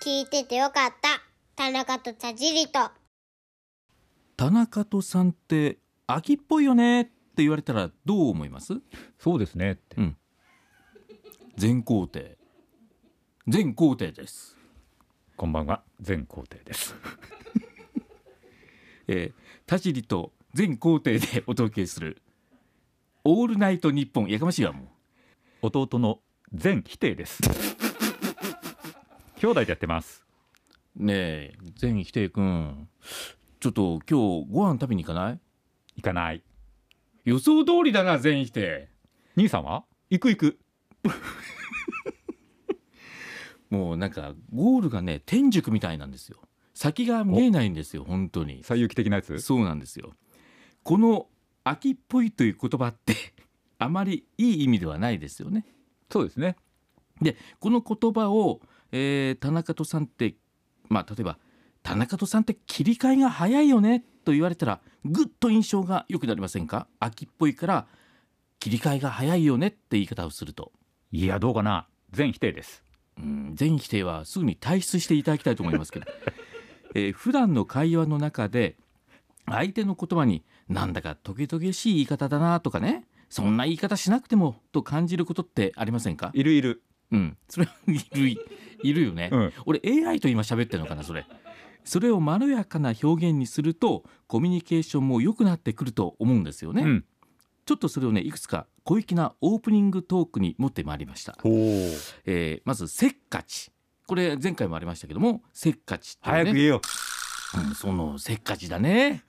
聞いててよかった。田中と田尻と。田中とさんって秋っぽいよねって言われたらどう思いますそうですねって、うん全工程全工程です、こんばんは全皇帝ですえー、田尻と全工程でお届けするオールナイト日本やかましいわもう弟の全否定です兄弟でやってますねえ全否定くんちょっと今日ご飯食べに行かない行かない予想通りだな全否定兄さんは行く行く もうなんかゴールがね天竺みたいなんですよ先が見えないんですよ本当に最有機的なやつそうなんですよこの秋っぽいという言葉って あまりいい意味ではないですよねそうですねでこの言葉を、えー田中とさんってまあ例えば田中とさんって切り替えが早いよねと言われたらぐっと印象が良くなりませんか秋っぽいから切り替えが早いよねって言い方をするといやどうかな全否定ですうん全否定はすぐに退出していただきたいと思いますけど、 えー普段の会話の中で相手の言葉になんだかトゲトゲしい言い方だなとかねそんな言い方しなくてもと感じることってありませんかいるいるうんそれはいるいるよね、うん俺 AI と今喋ってるのかなそれそれをまろやかな表現にするとコミュニケーションも良くなってくると思うんですよね、うんちょっとそれをねいくつか小粋なオープニングトークに持ってまいりましたほうえーまずせっかちこれ前回もありましたけどもせっかちっていう早く言ね、えようんそのせっかちだね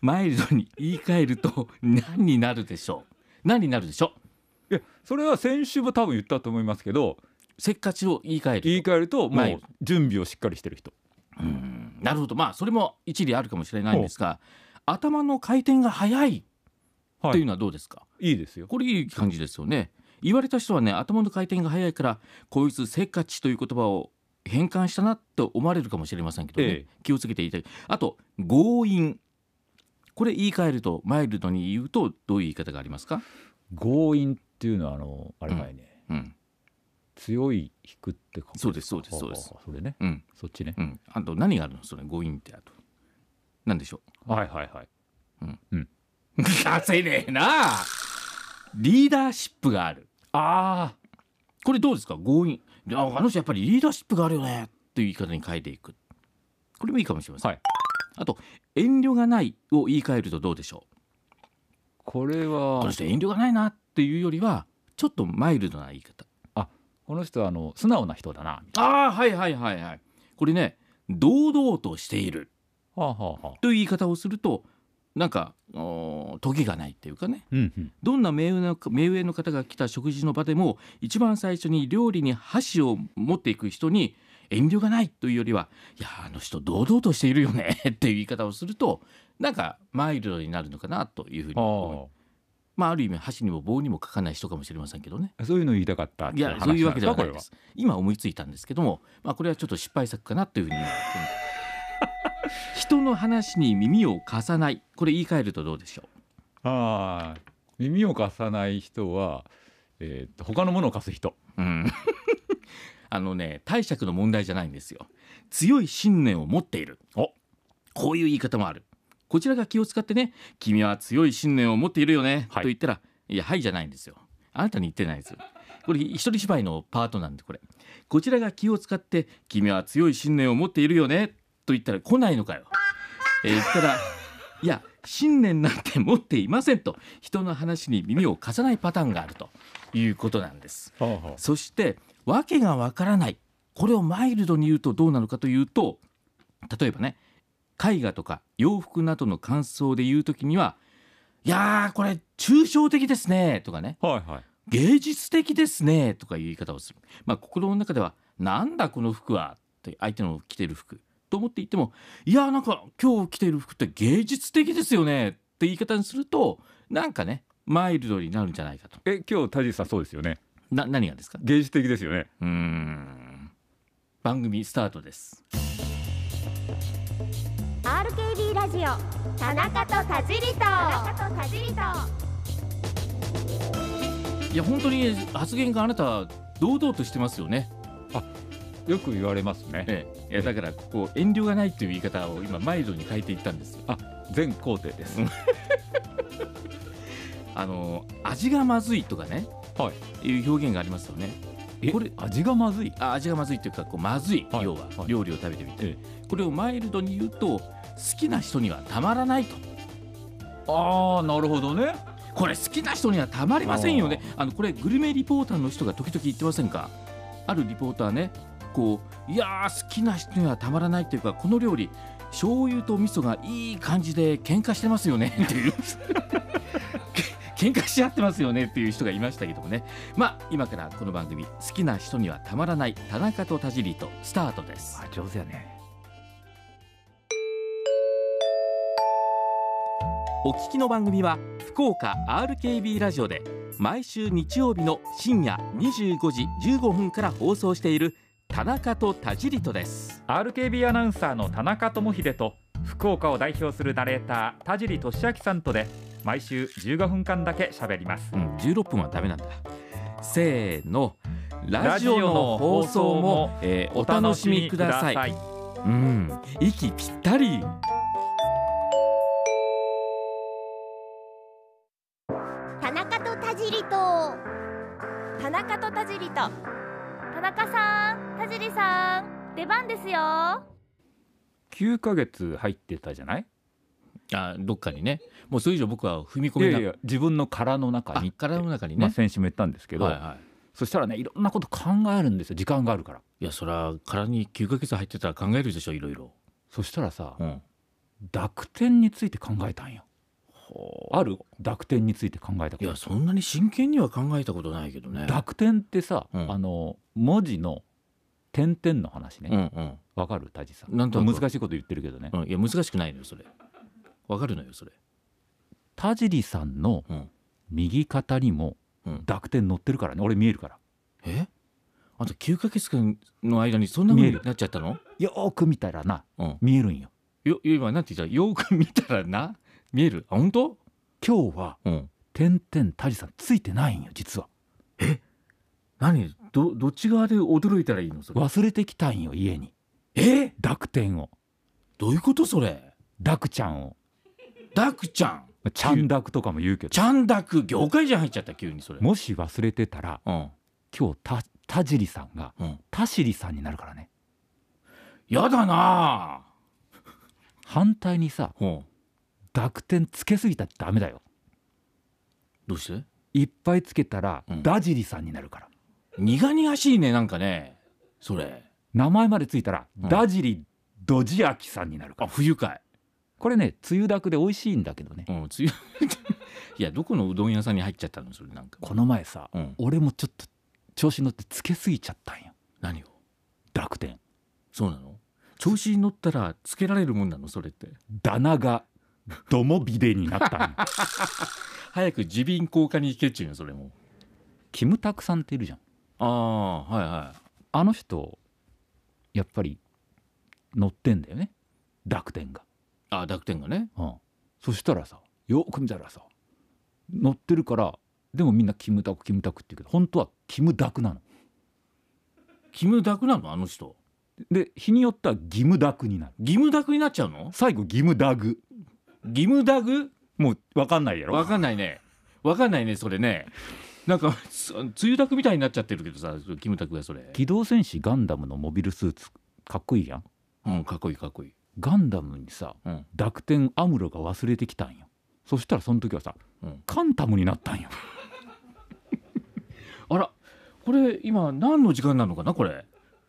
マイルドに言い換えると何になるでしょう何になるでしょいやそれは先週も多分言ったと思いますけどうせっかちを言い換える言い換えるともはいう準備をしっかりしてる人うんなるほどまあそれも一理あるかもしれないんですが頭の回転が早いはといういのはどうですか、いいですよこれいい感じですよね言われた人はね頭の回転が早いからこいつせっかちという言葉を変換したなと思われるかもしれませんけどね、ええ気をつけていただきあと強引これ言い換えるとマイルドに言うとどういう言い方がありますか、強引っていうのはあのあれかいね、うん強い引くってことそうですそうですそうですああそれねうんそっちねうん、あと何があるのそれ強引ってあと何でしょはいはいはい。う稼ねえなリーダーシップがあるああ、これどうですか強引でああの人やっぱりリーダーシップがあるよねっていう言い方に変えていくこれもいいかもしれません、はいあと遠慮がないを言い換えるとどうでしょうこれこはの人遠慮がないなっていうよりはちょっとマイルドな言い方この人はあの素直な人だな。ああはいはいはいはいこれね堂々としているはあ、はあはあ、という言い方をするとなんかおートゲがないっていうかねうんうん。どんな目上の目上の方が来た食事の場でも一番最初に料理に箸を持っていく人に遠慮がないというよりは「いやあの人堂々としているよね」 っていう言い方をするとなんかマイルドになるのかなというふうに思いますあまあある意味箸にも棒にもかかない人かもしれませんけどねあ、そういうの言いたかったっていや話そういうわけではんなすいかです今思いついたんですけども、まあ、これはちょっと失敗作かなというふうに 今人の話に耳を貸さないこれ言い換えるとどうでしょうこれは。ああ、耳を貸さない人は、えー、と他のものを貸す人。うん あのね貸借の問題じゃないんですよ強い信念を持っているおこういう言い方もあるこちらが気を使ってね君は強い信念を持っているよね、はいと言ったらいやはいじゃないんですよあなたに言ってないですよこれ一人芝居のパートなんでこれこちらが気を使って君は強い信念を持っているよねと言ったら来ないのかよ、えー言っ たらいや信念なんて持っていませんと人の話に耳を貸さないパターンがあるということなんですはあはそして訳がわからないこれをマイルドに言うとどうなのかというと例えばね絵画とか洋服などの感想で言うときには「いやーこれ抽象的ですね」とかねあ、はいはい。 「芸術的ですね」とかいう言い方をする、まあ、心の中では「なんだこの服は」って相手の着ている服と思っていても「いやーなんか今日着ている服って芸術的ですよね」って言い方にするとなんかねマイルドになるんじゃないかとえ、今日田尻さんそうですよね。な何がですか芸術的ですよね。うーん番組スタートです RKB ラジオ田中と田尻と田中と田尻といや本当に発言があなた堂々としてますよねよく言われますねええ、いやだからここ遠慮がないという言い方を今マイルドに変えていったんですよ全工程ですうんあの味がまずいとかね、、はいいう表現がありますよねえこれ味がまずいあ味がまずいというかこうまずい、はい要ははい料理を食べてみて、えこれをマイルドに言うと好きな人にはたまらないとああなるほどねこれ好きな人にはたまりませんよねあのこれグルメリポーターの人が時々言ってませんかあるリポーターねこういやー好きな人にはたまらないというかこの料理醤油と味噌がいい感じで喧嘩してますよねっていうけ喧嘩し合ってますよねっていう人がいましたけどもねまあ今からこの番組好きな人にはたまらない田中と田尻とスタートですあ上手やねお聞きの番組は福岡 RKB ラジオで毎週日曜日の深夜25時15分から放送している田中と田尻とです RKB アナウンサーの田中智秀と福岡を代表するナレーター田尻俊明さんとで毎週15分間だけ喋りますうん、16分はダメなんだせーのラジオの放送も、えーお楽しみくださいいうん、息ぴったり田中と田尻と田中と田尻と田中さん田尻さん出番ですよ9ヶ月入ってたじゃないあどっかにねもうそれ以上僕は踏み込いめやないや自分の殻の中あに体の中にまあ、ね、先週も言ったんですけど、はいはいそしたらねいろんなこと考えるんですよ時間があるからいやそりゃ殻に9ヶ月入ってたら考えるでしょいろいろ、そしたらさうん、濁点について考えたんよある濁点について考えたこいやとそんなに真剣には考えたことないけどね濁点ってさ、うんあの文字の点々の話ね、うんわかるタジさんなんとなく難しいこと言ってるけどね、うん、うん、いや難しくないのよそれわかるのよそれ田尻さんのうん右肩にもうん濁点乗ってるからね俺見えるからえあと9ヶ月間の間にそんな風見えにるなっちゃったのよーく見たらな、うん見えるんよよ今なんて言ったよく見たらな見えるあ本当今日はうん点々田尻さんついてないんよ実は何どどっち側で驚いたらいいのそれ忘れてきたんよ家にえ濁点をどういうことそれ濁ちゃんをダクちゃんちゃん濁とかも言うけどちゃんダク業界じゃん入っちゃった急にそれもし忘れてたらうん今日田田尻さんがうん田尻さんになるからねやだな反対にさぁうん濁点つけすぎたらダメだよどうしていっぱいつけたらうん田尻さんになるから、苦々しいねなんかねそれ名前までついたら、うんダジリドジアキさんになるかあら不愉快これね梅雨だくで美味しいんだけどね、うん、 つゆいやどこのうどん屋さんに入っちゃったのそれなんか、この前さうん、俺もちょっと調子乗ってつけすぎちゃったんよ何を濁点そうなの調子に乗ったらつけられるもんなのそれってダナがドモビデにな ったんよ早く耳鼻咽喉科に行けっちゅうよそれもキムタクさんっているじゃんああはいはあの人やっぱり乗ってんだよね濁点が、いあ濁点がねうん、そしたらさよく見たらさ乗ってるからでもみんなキムタクキムタクって言うけど本当はキムダクなのキムダクなのあの人で日によっては義務ダクになる義務ダクになっちゃうの最後義務ダグ義務ダクもう分かんないやろわかんないねわかんないねそれねなんかつ梅雨ダクみたいになっちゃってるけどさキムダクがそれ機動戦士ガンダムのモビルスーツかっこいいやんうんかっこいいかっこいいガンダムにさ、うん濁点アムロが忘れてきたんよそしたらその時はさ、うんカンタムになったんよあらこれ今何の時間なのかなこれ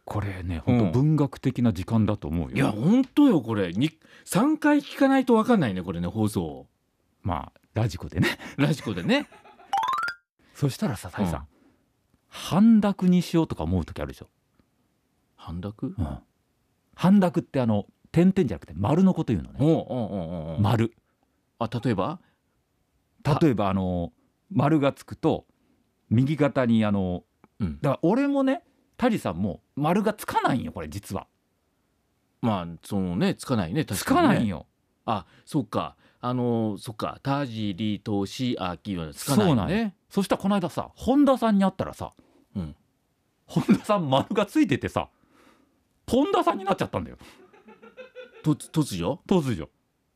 これねうん本当文学的な時間だと思うよ、いや本当よこれに3回聞かないと分かんないねこれね放送まあラジコでねラジコでね そしたらさタイさん、うん半濁にしようとか思う時あるでしょ、半濁うん、半濁ってあの点々じゃなくて丸のこと言うのおねうおうおうおうおう丸あ例えばた例えばあの丸がつくと右肩にあの、うんだから俺もねタリさんも丸がつかないんよこれ実はまあそのねつかないねつ確かかに、ね、ないんよあそうかあのそっか田尻としあきはつかないそようなんねよそしたらこの間さ本田さんに会ったらさ、うん本田さん丸がついててさ本田さんになっちゃったんだよとつ突如突如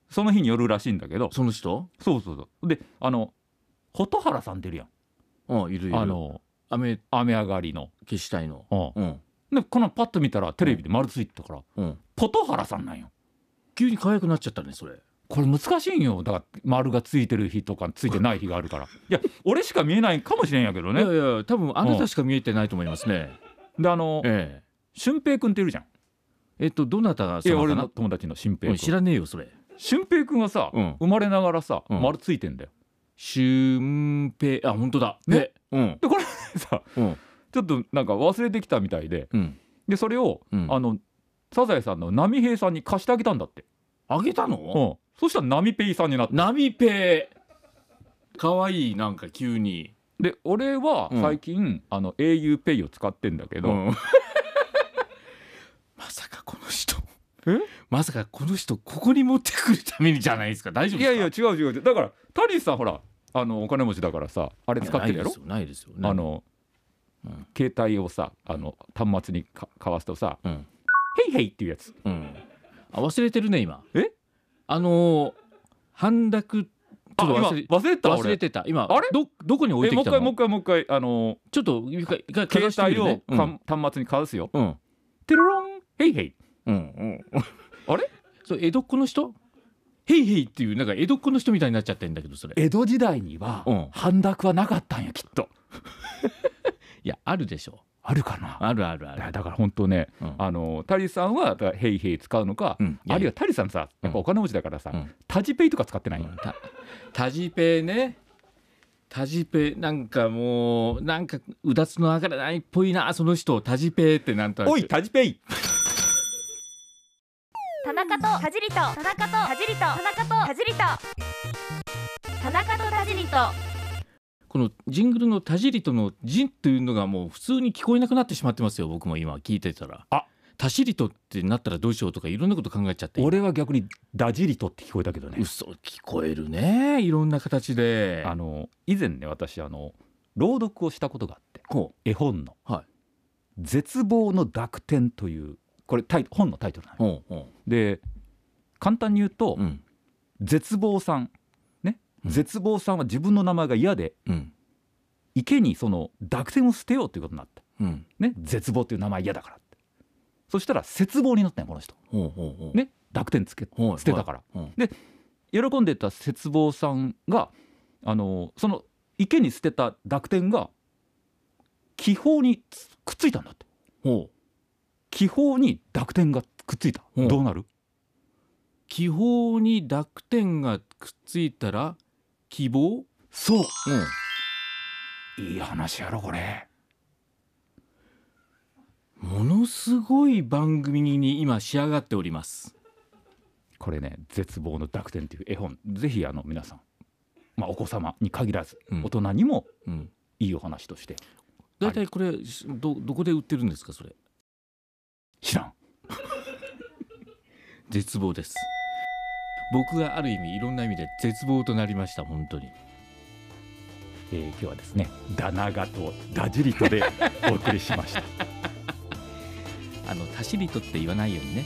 その日によるらしいんだけどその人そうそうそうであの蛍原さん出るやんうんいるいるあの雨雨上がりの、消したいのうんうんでこのパッと見たらテレビで丸ついてたからうん蛍原さんなんよ急に可愛くなっちゃったねそれこれ難しいんよだから丸がついてる日とかついてない日があるからいや俺しか見えないかもしれんやけどいやねいや多分あなたしか見えてないと思いますねであのえ俊平君っているじゃんええっとどなたがいや様俺かなの友達の俊う平ん知君らねえよそれ俊平君はさ、うん生まれながらさ、うん丸ついてん だよシュンペイあ本当だねねうんでこれさうんちょっとなんか忘れてきたみたいでうんでそれを、うんあのサザエさんの波平さんに貸してあげたんだって、あげたうのん、そしたら波平さんになってナミペイ可愛いなんか急にで俺は最近、あの auPay を使ってんだけうど、ん まさかこの人えまさかこの人ここに持ってくるためにじゃないですか大丈夫いですやかいや違う違う違うだからタリーさんほらあのお金持ちだからさあれ使ってるやなろいですよないですよねあの、うん携帯をさあの端末にかかわすとさうん「ヘイヘイ」っていうやつうんあ忘れてるね今えあのー、半濁ちあょっと今忘れ忘れてた忘俺れてた今あれどどこに置いえてもうき一た回もうの一回もう一回あのちょっと一回一回かざしてみ携る帯をねかん、端末にかざすようんうん「テロロンヘイヘイうんうんあれそう江戸っ子の人ヘイヘイっていうなんか江戸っ子の人みたいになっちゃってんだけどそれ」江戸時代にはうん半濁はなかったんやきっといやあるでしょあるかなあるあるあだるだから本当ねうんあのタリさんはだからヘイヘイ使うのか、うんあるいはタリさんさやっぱお金持ちだからさ、うんタジペイとか使ってない、うんたタジペイねタジペイなんかもうなんかうだつの上がらないっぽいなその人タジペイってなんとなくおいタジペイ田中と田尻と田中と田尻と田中と田尻と田中と田尻とこのジングルのタジリとの「ジン」というのがもう普通に聞こえなくなってしまってますよ僕も今聞いてたらあタシリとってなったらどうしようとかいろんなこと考えちゃって俺は逆にダジリトって聞こえたけどね嘘聞こえるねいろんな形であの以前ね私あの朗読をしたことがあってこ絵本の、はい絶望の濁点」というこれタイ本のタイトルなのうよほうほで簡単に言うと、ううん絶望さんね、うん絶望さんは自分の名前が嫌でうん池にその濁点を捨てようということになった、うんね、絶望という名前嫌だからってそしたら絶望になったよこの人ほうほうほうね濁点つけほい捨てたから、ほいほいで喜んでた絶望さんがあのその池に捨てた濁点が気泡につくっついたんだってほう気泡に濁点がくっついた、うんどうなる気泡に濁点がくっついたら希望そううんいい話やろこれものすごい番組に今仕上がっておりますこれね「絶望の濁点」っていう絵本ぜひあの皆さん、まあ、お子様に限らず、うん大人にもうんいいお話として大体これどどこで売ってるんですかそれ知らん絶望です僕がある意味いろんな意味で絶望となりました本当にえー今日はですね「ダナガとダジリト」でお送りしました。あの「たしりと」って言わないようにね